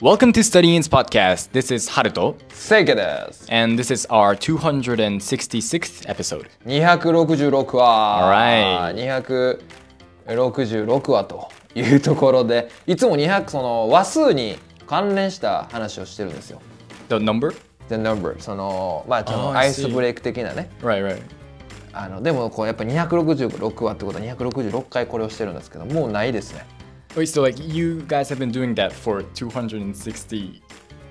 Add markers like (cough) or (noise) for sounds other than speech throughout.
Welcome to Studying's podcast. This is Haruto, せいけです。 and this is our 266th episode. 266話。 Alright. 266話というところで、いつも200その話数に関連した話をしてるんですよ。 The number? The number そのまあちょっ Oh, と I ア see. イスブレイク的なね。 Right, right. あのでもこうやっぱ266話ってことは266回これをしてるんですけど、もうないですね。 Wait, so like you guys have been doing that for 260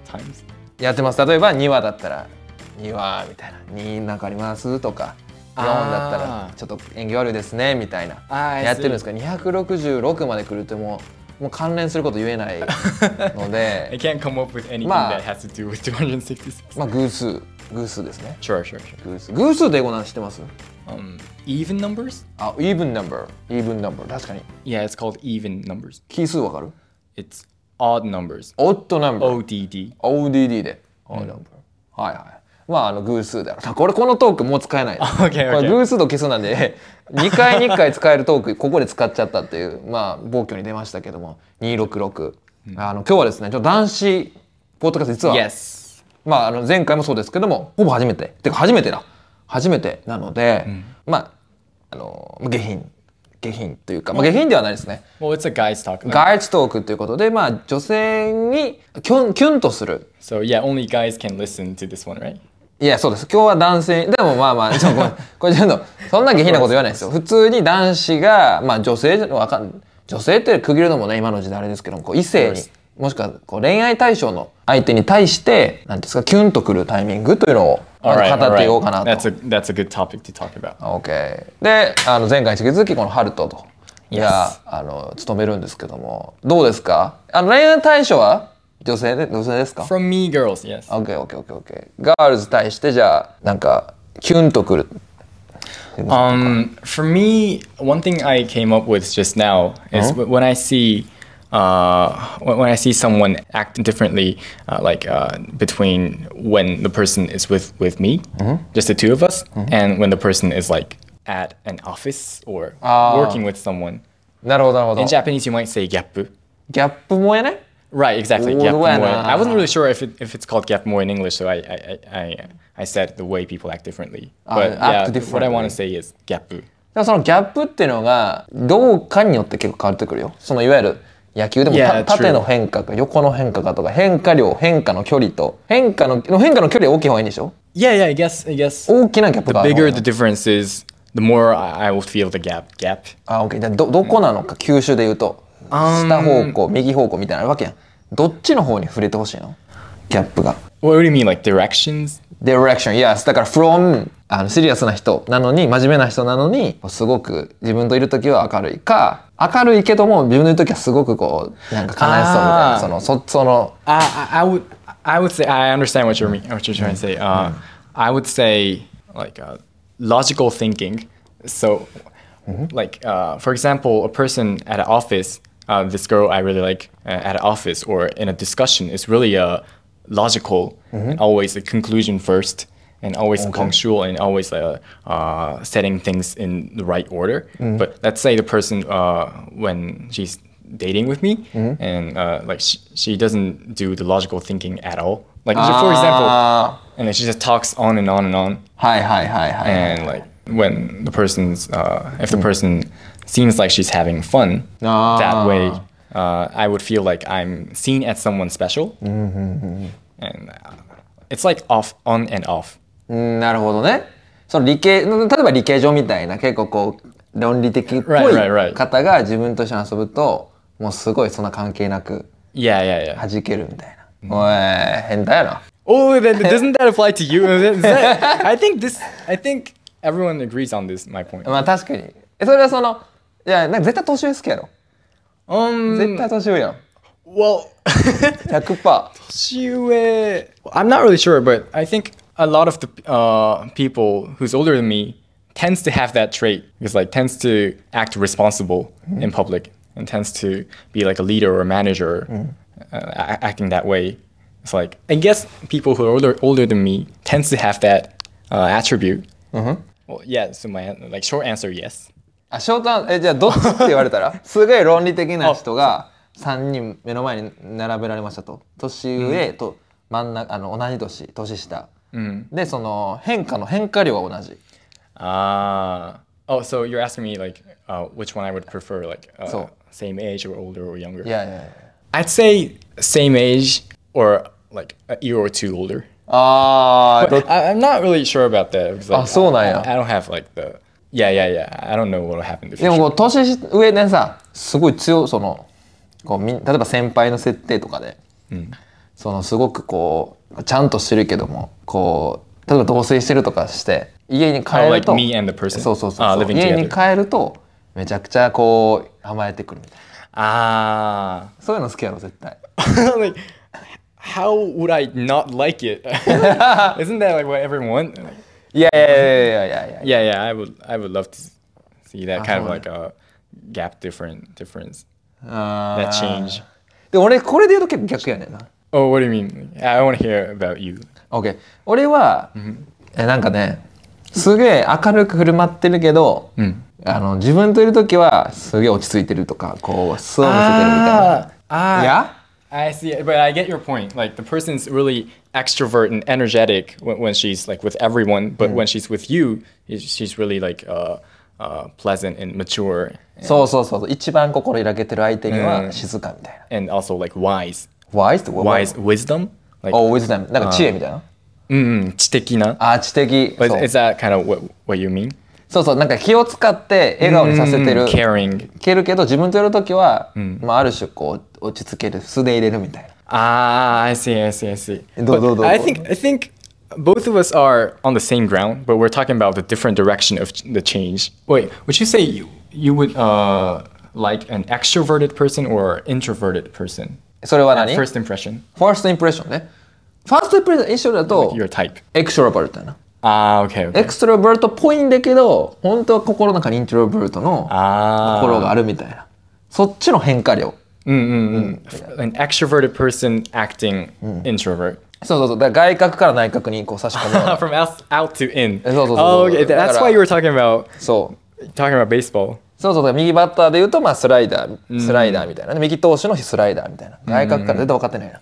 times? やってます。例えば2話だったら2話みたいな2なんかありますとか。4だったあらーちょっと縁起悪いですねみたいなあーやってるんですけど266まで来るともうもう関連すること言えないの I (laughs) で can't come up with anything ま that あ has to do with 266. まあ偶数偶数ですね Sure, sure, sure. 偶数偶数って英語なん知ってます Um, even numbers? あ even number even number 確かに Yeah, it's called even numbers. 奇数わかる It's odd numbers. odd number ODD. ODD で odd number はいはいまああの偶数だろうなこれこのトークもう使えないです Okay, okay. これ偶数と奇数なんで (laughs) 2回2回使えるトークここで使っちゃったっていうまあ暴挙に出ましたけども266、あの今日はですねちょっと男子ポッドキャスト実は、 Yes. まあ、あの前回もそうですけどもほぼ初めててか初めてだ初めてなので、まああの下品下品というか、まあ、下品ではないですね Well, it's a guy's talk. ガイチトークということで、まあ、女性にキュンキュンとする So yeah, only guys can listen to this one, right? いやそうです今日は男性でもまあま (laughs) あちょっとごめんこれちょっとそんな下品なこと言わない (laughs) ですよ普通に男子が、まあ、女性じゃわかん女性って区切るのもね今の時代あれですけどもこう異性にもしくはこう恋愛対象の相手に対してなんていうんですかキュンとくるタイミングというのをま All ず right, 語 all っていこう right. かなと。 That's a that's a good topic to talk about. OK であの前回に引き続きこのハルトと Yes いやあの務めるんですけどもどうですかあの恋愛対象は女性で女性ですか From me, girls. Yes. ?OKOKOKOK ガールズ対してじゃあなんかキュンとくる Um, for me, one thing I came up with just now is wh- when I see, uh, when when I see someone act differently, uh, like uh, between when the person is with with me, just the two of us, and when the person is like at an office or working with someone. なるほどなるほど In ギ Japanese, you might say gap. ャップ萌えね Right, exactly. Ooh, Gap when, moi. I wasn't uh, really sure if it, if it's called gap moi in English, so I I, I, I I said the way people Ah, act differently. But act yeah, what I differently. want to say is gap. でもそのギャップっていうのがどうかによって結構変わってくるよそのいわゆる野球でも Yeah, た縦 true. の変化か横の変化かとか変化量変化の距離と変化の変化の距離は大きい方がいいんでしょ Yeah, yeah. I guess I guess 大きなギャップ the がある方が bigger いい the difference is, the more I, I will feel the gap. Gap. あ、OK。じゃあど、どこなのか、九州で言うと、下方向、右方向みたいなのあるわけやん。どっちの方に触れてほしいのギャップが。 What do you mean, like directions? Direction, yes. だから、from、あの、シリアスな人なのに、真面目な人なのに、すごく自分といるときは明るいか、明るいけども、自分のいるときはすごくこう、なんか悲しそうみたいあーな、その、そ、その、 I, I I would I would say I understand what you're mean, what you're trying to say. Uh, I would say like uh, logical thinking. So, like uh, for example, a person at an office, uh, this girl I really like uh, at an office or in a discussion is really uh, logical and always a conclusion first. And always punctual and always uh, uh, setting things in the right order. But let's say the person uh, when she's dating with me and uh, like she, she doesn't do the logical thinking at all like just for example あ and then she just talks on and on and on ーはいはいはいはい。 and like when the person's uh, if the person seems like she's having fun that way uh, i would feel like i'm seen as someone special and uh, it's like off on and off うんなるほどね。その理系、例えば理系上みたいな結構こう論理的っぽ Right, right, right. い方が自分として遊ぶと、もうすごいそんな関係なく yeah yeah yeah 弾けるみたいな。おい、変だよな。 (laughs) oh then doesn't that apply to you Is that- i think this i think everyone agrees on this my point まあ確かに。えそれはその、いや、なんか絶対年上好きやろ。 (laughs) um 絶対年上やん。 (laughs) well 100%。 Shue- I'm not really sure, but I think a lot of the uh, people who's older than me tends to have that trait. It's like tends to act responsible in public and tends to be like a leader or a manager, uh, a- acting that way. It's like I guess people who are older older than me tends to have that uh, attribute. Well, yeah. So my an- like short answer, yes. (laughs) あ、翔太、え、じゃあどっちって言われたらすごい論理的な人が、 3人目の前に並べられましたと年上と真ん中、あの同じ年年下うん。でその変化の変化量は同じ Ah. oh, so you're asking me like uh, which one I would prefer, like uh, So- same age or older or younger? いやいやいや I'd say same age or like a year or two older. あーど But I, I'm not really sure about that. because, like, Ah, so I, now, yeah. I, I don't have like the. Yeah, yeah, yeah. I don't know what'll happen in the で future. もこう年上でさすごい強いそのこうみん例えば先輩の設定とかで、そのすごくこうちゃんとしてるけどもこう例えば同棲してるとかして家に帰 Oh, る like と、 me and the person. そうそうそう Ah, そう living 家に together. 帰るとめちゃくちゃこう甘えてくるみたい Ah. (laughs) なそういうの好きやろ絶対 like, how would I not like it? (laughs) Isn't that like what everyone? いやいやいやいやいやいや Yeah, yeah. I would, I would love to see that kind of Oh, like a gap, different difference, (laughs) あ that ー change. で俺これで言うと結構逆やねんな Oh, what do you mean? I want to hear about you. OK 俺は、えなんかねすげえ明るく振る舞ってるけど、あの自分といる時はすげえ落ち着いてるとかこう素を見せてるみたい ah, な。いや I see it, but I get your point. Like the person's really extrovert and energetic when, when she's like with everyone, but when she's with you, is- she's really like uh, uh, pleasant and mature, そうそうそうそう一番心開けてる相手には静かみたいな。 and also like wise, wise って wise wisdom, like Oh, wisdom なんか知恵みたいな。 mm, 知的な.あー知的 But そう is that kind of what what you mean? そうそうなんか気を使って笑顔にさせてる Mm, caring. けるけど自分といる時は、まあ、ある種こう落ち着ける素で入れるみたいな。 Ah, I see, I see, I see. Do- But do- do- I do- think I think both of us are on the same ground, but we're talking about the different direction of ch- the change. Wait, would you say you, you would uh, like an extroverted person or introverted person? それは何 First impression, first impression ね。ファーストインプレッション一緒だと、 your type. エクストロバルトやな。 Ah, okay. エ okay. クストロバルトっぽいんだけど、本当は心の中にイントロバルトの Ah, 心があるみたいな。そっちの変化量。 an extroverted person acting introvert. (laughs) そうそうそう。だから外角から内角にこう差し込むような。 From out, out to in. そうそうそうそう。 Oh, okay. That's why you were talking about (laughs) そう。 talking about baseball. そうそうだから右バッターで言うと、まあ、スライダー、スライダーみたいなね。右投手のスライダーみたいな。外角から絶対分かってないな。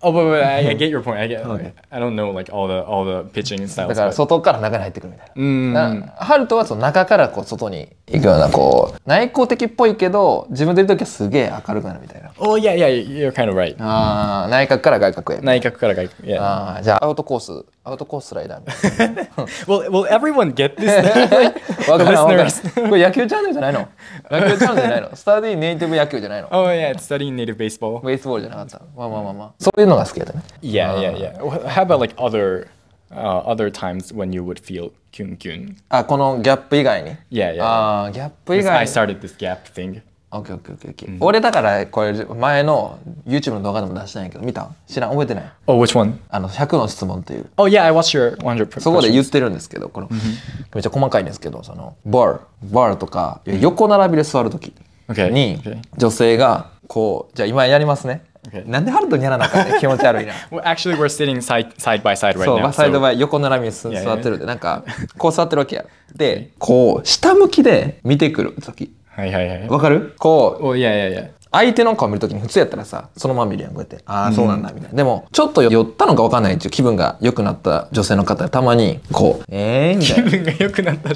Oh, but, but (laughs) I, I get your point. I get. I don't know like all the all the pitching styles. だか But, ら外から中に入ってくるみたいな。だからハルトはその中からこう外に行くような、こう、内向的っぽいけど、自分でいるときはすげえ明るくなるみたいな。 oh yeah, yeah, you're kind of right. あー内角から外角へ。内角から外角 yeah. ああ、じゃあアウトコース、アウトコーススライダーみたいな。 Will Will everyone get this? (laughs) わからんわからん listeners. これ野球チャンネルじゃない (laughs) の野球チャンネルじゃないのスタディネイティブ野球じゃないの (laughs) oh yeah, it's studying native baseball. ベースボールじゃなかったまあまあまあまあ。そういうのが好きだったね。 Yeah, yeah, yeah. Wh- How about like other uh, other times when you would feel kyun kyun? あ、このギャップ以外に。 Yeah, yeah. ああ、ギャップ以 Because I 外に。 started this gap thing. オッケーオッケーオッケーオッケー。俺だからこれ前の YouTube の動画でも出したんやけど、見た知らん覚えてない Oh, which one? あの、100の質問っていう。 Oh yeah, I watched your 100. そこで言ってるんですけど、この、めっちゃ細かいんですけど、その、バー、バーとか、横並びで座るとき Okay, に okay.、女性が、こう、じゃあ今やりますね。 Okay. なんでハルトにやらなあかっ (laughs) たね、気持ち悪いな。 Well, actually, we're sitting side side by side right そう、 now. まあ、サイド so- バイ横並びにすいやい座やってるんで、なんか、こう座ってるわけや。で、こう、下向きで見てくるとき。 Hi, hi, hi. わかるこう、 Oh yeah, yeah, (laughs) yeah. 相手の顔見るときに普通やったらさ、そのまま見るやん、こうやって。ああ、そうなんだ、みたいな。でも、ちょっと寄ったのかわかんないっていう気分が良くなった女性の方、たまに、こう、えーみたいな。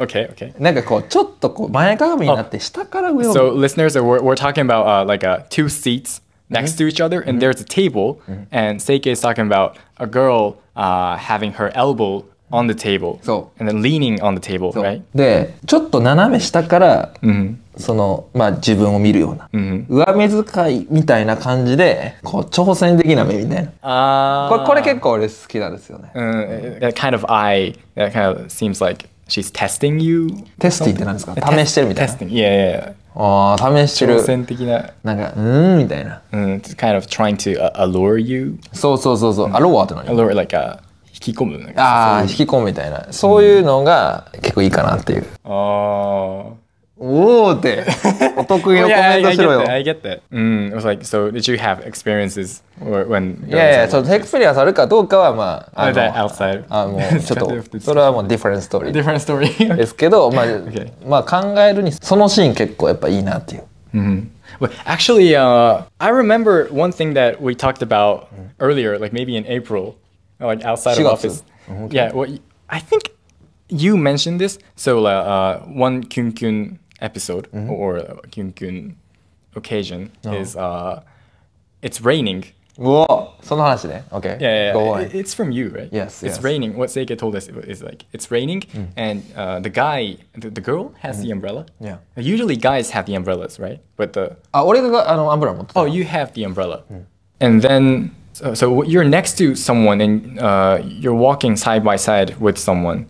okay, okay. なんかこう、ちょっとこう、前かがみになって、下から上を見る So, listeners, uh, we're, we're talking about uh, like uh, two seats next to each other, and there's a table, and Seike is talking about a girl uh, having her elbow on the table, So- and then leaning on the table, right? でちょっと斜め下から、そのまあ自分を見るような、上目遣いみたいな感じでこう挑戦的な目みたいな Uh, これこれ結構俺好きなんですよね、 uh, that kind of eye, that kind of seems like she's testing you. テスティって何ですか Uh, 試 test- してるみたいな testing, yeah, あー試して yeah. る yeah. なんかうーんみたいな Mm, it's kind of trying to uh, allure you, そうそうそうそうアロワーって何 allure like a hikikomu. ああ引き込むみたいなそういうのが結構いいかなっていう、 Oh. おおって (laughs) お得意のコ yeah, メ I, ント I し get ろよ that. I get that. Mm, it was like, so did you have experiences or when? いやいや、そのエクスペリアンスあるかどうかは、まあ、あ Or の that outside. (laughs) あもうち Kind ょっ of と this- それはもうディフェレンスストーリー different (laughs) story. ですけど、まあ Okay. まあ考えるにそのシーン結構やっぱいいなっていう Mhm. But actually, uh, I remember one thing that we talked about earlier, like maybe in April, like outside of 4月。 office. Yeah, well, y- I think you mentioned this. So, uh, uh, one Kyun Kyun episode or uh, Kyun Kyun occasion is uh, it's raining. うおその話ね OK Yeah, yeah, Go yeah. on It- it's from you, right? Yes, It's yes. Mm. raining. What Seike told us is like it's raining, and uh, the guy, the, the girl has the umbrella. Yeah. Usually, guys have the umbrellas, right? But the あ俺があのアンブラ持ってた oh, you have the umbrella, and then so, so you're next to someone, and uh, you're walking side by side with someone,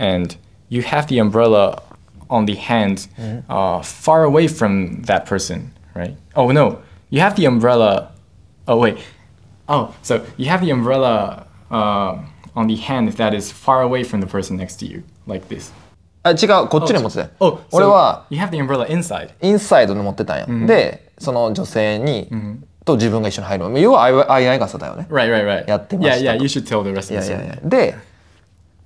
and you have the umbrella on the hand, uh, far away from that person, right? Oh no, you have the umbrella. Oh wait, oh so you have the umbrella uh, on the hand that is far away from the person next to you, like this. あ違うこっちに持ってたよ Oh, so 俺は you have the umbrella inside. インサイドに持ってたんや、でその女性に、と自分が一緒に入る要はあいあいあい傘だよね Right, right, right. やってましたと。 Yeah, yeah. You should tell the rest い of や the い story. やいやで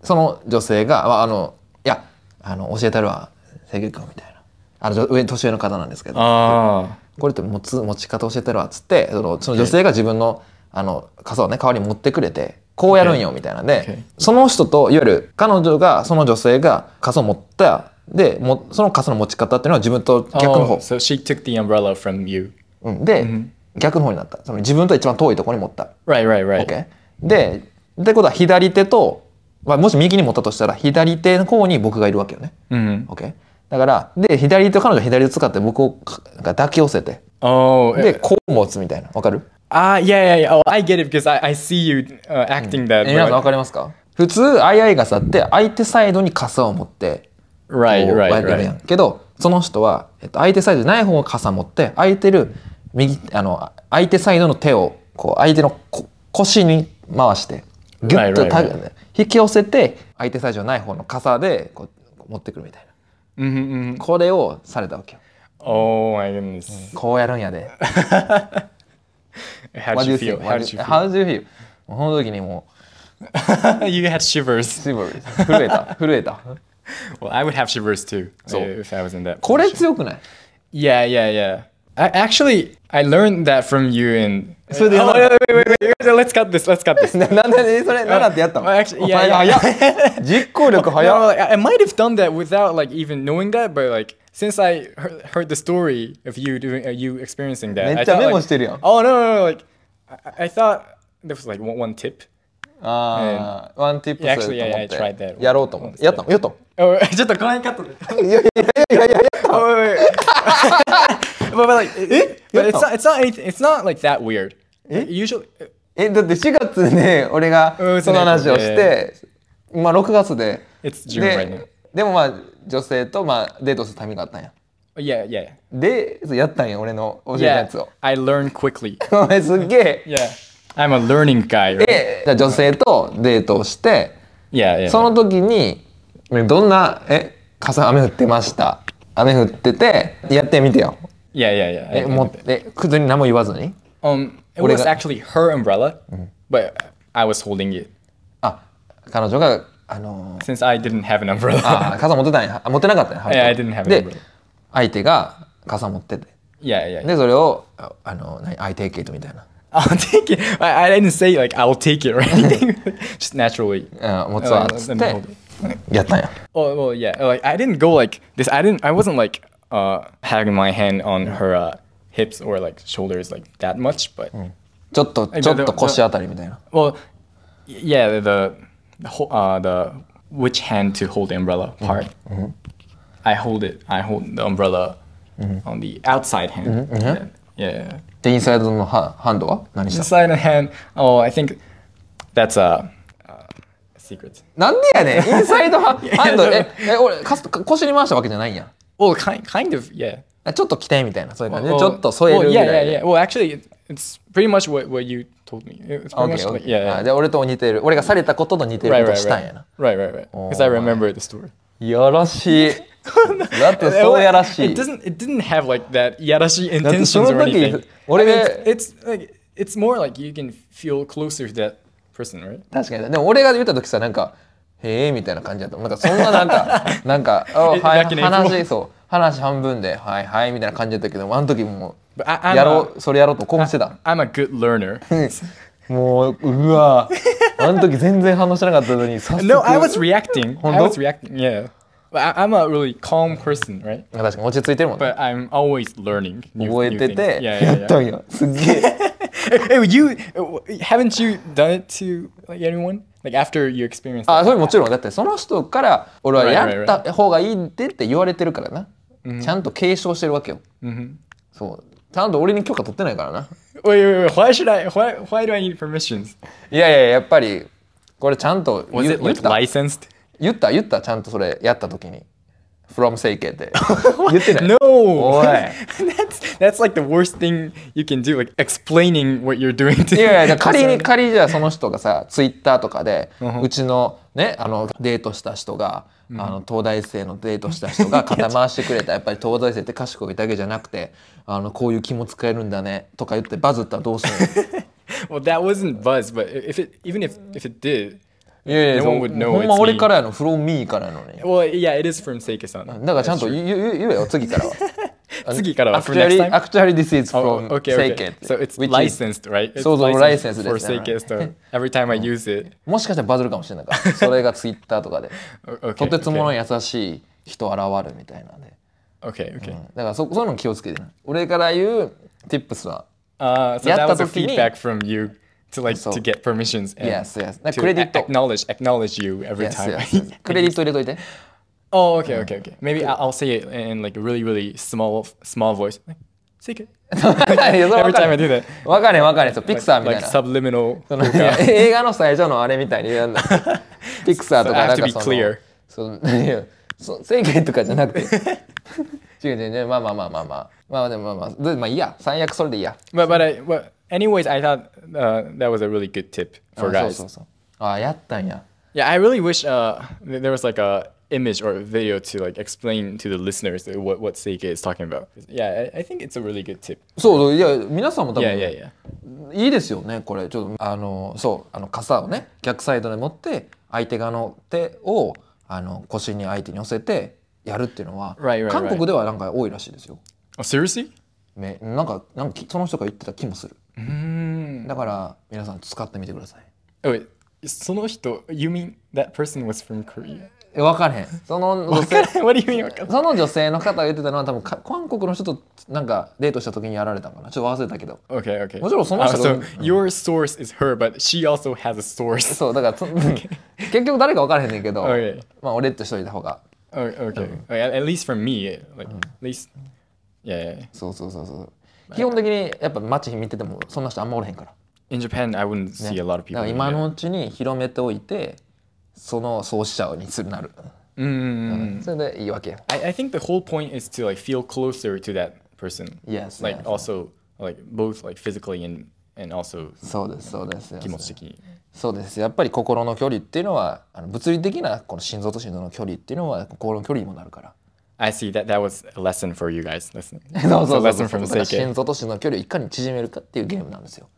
その女性が、まあ、あのいやあの教えたるわ清潔君みたいなあのじょ上年上の方なんですけど Ah. これって持つ持ち方教えてるわっつってそのその女性が自分のあの傘をね代わりに持ってくれてこうやるんよみたいなんで、 Okay. その人といわゆる彼女がその女性が傘を持ったでもその傘の持ち方っていうのは自分と逆の方 Oh,、so she took the umbrella from you. うん、で、逆の方になったその自分と一番遠いところに持った。 Right, right, right. OK? でってことは左手と、まあ、もし右に持ったとしたら左手の方に僕がいるわけよね。 Mhm. OK? だからで左手彼女は左手使って僕をかが抱き寄せて Oh, で uh, こう持つみたいなわかる ah, yeah, yeah, yeah. Oh, I get it because I, I see you uh, acting that. え皆さんわ but- かりますか普通あいあい傘って相手サイドに傘を持ってこう Right, や right, るや right. んけどその人は、えっと、相手サイドじゃない方が傘持って空いてる右あの相手サイドの手をこう相手のこ腰に回してギュッと Right, た right, 引き寄せて相手サイドじゃない方の傘でこう持ってくるみたいな Mhm, mhm. これをされたわけよ Oh my goodness. こうやるんやで How did What Mm. do you you feel? think? How What did do you you- feel? How do you feel? もうその時にも (laughs) you had shivers. う震えた震 (laughs) えた Well, I would have shivers too eh, So- if I was in that. これ position. 強くない Yeah, yeah, yeah. I actually I learned that from you and. So the- oh, wait, wait, wait, wait, wait, Let's cut this. Let's cut this. (laughs) ななんでそれ7ってやったの Well, actually, お yeah, 前 yeah. 早っ (laughs) 実行力 No, 早っ like, I I might have done that without like even knowing that, but like since I heard, heard the story of you doing uh, you experiencing that, I めっちゃ thought, like, メモしてるやん。 oh no, no, no, like I- I, I thought there was like one, one tip. (laughs) ああワンティップ Yeah, す actually, ると yeah, 思 I っ tried て that. やろうと思ってやったのやった Oh, just a kind (laughs) cut. のいやいやいやいやいややったの Oh, wait, wait, wait. but, but like, it- it- but it's Yeah. not, it's not anything. It's not like that weird. Like, usually, uh, えだって4月ね俺がうんその話をしてまあ6月で It's June right now. ででもまあ女性とまあデートするタイミングがあったんや Oh, yeah, yeah, でそうやったんや俺の教えたや yeah. つを I learn quickly. (laughs) (laughs) お前すっげえ Yeah, I'm a learning guy. Right? でじゃあ女性とデートをして Yeah, yeah. その時にねどんなえ傘雨降ってました雨降っててやってみてよ yeah, yeah, yeah. I えも learned っ that. て靴に何も言わずに Um, it What was is that? actually her umbrella, but I was holding it あ彼女があのー since I didn't have an umbrella. あ (laughs) 傘持ってたんやあ持ってなかったんやハルト Yeah, I didn't have an で umbrella. 相手が傘持ってて (laughs) yeah, yeah. でそれをああの何相手ケイトみたい I'll (laughs) take it. I, I didn't say like I'll take it or anything. (laughs) Just naturally. な、うん、持 Uh, つわっ let つっ me hold て it. やったんや Oh well, yeah. Like I didn't go like this. I didn't. I wasn't like uh having my hand on her uh, hips or like shoulders like that much. But ちょっとえちょっででと腰あたりみたいな well, y- yeah. The the, the ho- uh, the which hand to hold the umbrella part. I hold it. I hold the umbrella on the outside hand. Yeah. yeah. でインサイドのハハンドは何した Inside the hand. Oh, I think that's a, a secret. なんでやねんインサイドハハンドいやええ俺かすか腰に回したわけじゃないんや Well, kind kind of. Yeah. あちょっと着てみたいなそういう感じで Well, ちょっと添える well, ぐら yeah, い yeah, で yeah. Well, actually, it- it's pretty much what, what you told me. It's pretty much OK like, OK yeah, あ yeah. じゃあ俺と似てる俺がされたことと似てる Right, こと right, (laughs) したんや right. な Right, right, right. Because I remember the story. よろしいだってそうやら (laughs) し It い doesn't. It didn't have like that yarashi intentions そ or の時 anything. 俺 I mean, が it's like it's more like you can feel closer to that person, right? 確かにでも俺が言った時さなんか「へえ」みたいな感じだったなんかそんななんか (laughs) なんか「あえはいだけね話そう話半分で「はいはい」みたいな感じだったけどあの時もう But I, I'm やろ a, うそれやろうと興奮してた I'm a good learner. もううわ (laughs) あの時全然反応してなかったのに早速 (laughs) no, I was reacting. I Hondo? was reacting. Yeah, but I, I'm a really calm person, right? 確かに落ち着いてるもんね But I'm always learning. New, 覚え new て things. て Yeah, や yeah, (laughs) ったん yeah. やすっげえ Hey, you haven't you done it to like anyone? Like after you experienced あ that? それもちろんだってその人から俺は Right, や right, った方がいいってって言われてるからな、ちゃんと継承してるわけよ、そうちゃんと俺に許可取ってないからな Wait, wait, wait. Why should I? Why, why do I need permissions? いやいややっぱりこれちゃんと言 Was it 言っ like た licensed? 言った言ったちゃんとそれやった時に「from 整形」 (laughs) って言ってない No. おい (laughs) that's that's like the worst thing you can do. Like explaining what you're doing to. い (laughs) やいや仮に仮にじゃあその人がさツイッターとかでうちのねあのデートした人が、あの東大生のデートした人 (laughs) が肩回してくれたやっぱり東大生って賢いだけじゃなくてあのこういう気も使えるんだねとか言ってバズったらどうする (laughs) Well, that wasn't buzz, but if it even if if it did, のいやいや No そう one would know ほんま it's me. 俺からやのフローミーからやのに well, yeah, it is from Seike-san. だからちゃんと言う言う言えよ次からは (laughs) 次からは for next time? actually, actually this is Oh, from okay, 整形 okay. って So it's which is- licensed, right? It's そうそう、 licensed ライセンスですね。 for Seike, so (laughs) every time I use it, もしかしたらバズるかもしれないからそれがツイッターとかで O- (laughs) okay, とてつもない優しい人現るみたいなんで okay, okay. だからそそういうの気をつけてね俺から言う tips は Uh, so that was a やった時に- feedback from you to like So- to get permissions and Yes, yes. だから to クレディット。 a- acknowledge acknowledge you every Yes, time. yes, (laughs) yes. クレディット入れといて oh, okay, okay, okay. Maybe I'll, I'll say it in like a really, really small, small voice. Like, (laughs) Seike. いやそ (laughs) れ every 分か time I れ do that, 分かれへん分かれへんそうピクサー like, みたい like (laughs) な subliminal. そのいや映画の最初のあれみたいにや (laughs) んなピクサーと So I か have なん to か be そ clear. のそのいやそ整形とかじゃなくて (laughs) 違う違う違うまあまあまあまあまあまあでもまあまあでまあいいや最悪それでいいや But but I, well, anyways, I thought uh, that was a really good tip あ for そう guys. そうそうあやったんや Yeah, I really wish uh, th- there was like a image or a video to like explain to the listeners what what Seike is talking about. Yeah, I, I think it's a really good tip. そうそういや皆さんも多 Yeah, 分 yeah, yeah. いいですよねこれちょっとあのそうあの傘をね逆サイドに持って相手側の手をあの腰に相手に寄せてやるっていうのは Right, right, right. 韓国ではなんか多いらしいですよ。 Oh, seriously? めなんかなんかきその人が言ってた気もする。だから皆さん使ってみてください。 Oh, wait. その人 you mean that person was from (laughs) Korea? え分からへん。その女性 what do you mean? わかんない。その女性の方が言ってたのは多分か韓国の人となんかデートした時にやられたんかなちょっと忘れたけど Okay, okay. もちろんその人が Ah, - so your source is her, but she also has a source. そうだか (laughs) らそ結局誰か分からへんねんけど、 Okay. まあ俺ってしといた方が Oh, okay. Oh, At at least from me, like at least. Yeah, yeah, yeah. そうそうそうそう。基本的にやっぱ街見ててもそんな人あんまおれへんから。 In Japan, I wouldn't ね see a lot of だ people. から doing 今 that. のうちに広めておいて、その創始者にするなる。 Mm. それでいいわけや。 I, I think the whole point is to like feel closer to that person. Yes, Like yes. also like both like physically and and also そうですそうです。 kimochiki. そうです。やっぱり心の距離っていうのは、あの物理的なこの心臓と心臓の距離っていうのは心の距離にもなる (laughs) から。 I see that that was a lesson for you guys. (laughs) Listen. そうそう It's a そう lesson そ from う。だから心 Seike. 臓と心臓の距離をいかに縮めるかっていうゲームなんですよ。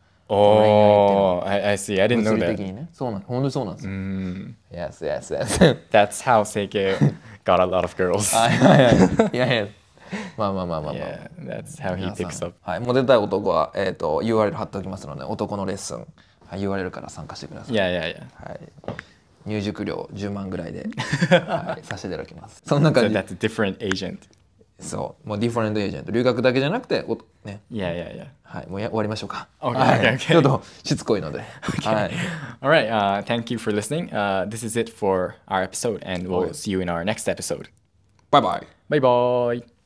Oh, I, I see. I didn't 物 know 理的 that. にね。そうなん本当にそうなんですよ。Yes yes yes。 (laughs) That's how (laughs) Seike got a lot of girls. はいはいはい。いやいや。まあまあまあまあまあ。 yeah, that's how he 皆さん picks up. はい、モテたい男は、えー、と URL 貼っておきますので男のレッスン、はい、URL から参加してください、 Yeah, yeah, yeah. はい、入塾料10万ぐらいで、 (laughs) はい、させていただきますその中 So で that's a different agent. そうもうディフォレントエージェント留学だけじゃなくておね Yeah, yeah, yeah. はいもうや終わりましょうか Okay, はい okay, okay. ちょっとしつこいの (laughs) で、はい、 All right. Uh, thank you for listening. Uh, this is it for our episode, and we'll Okay. see you in our next episode. バイバイ Bye bye.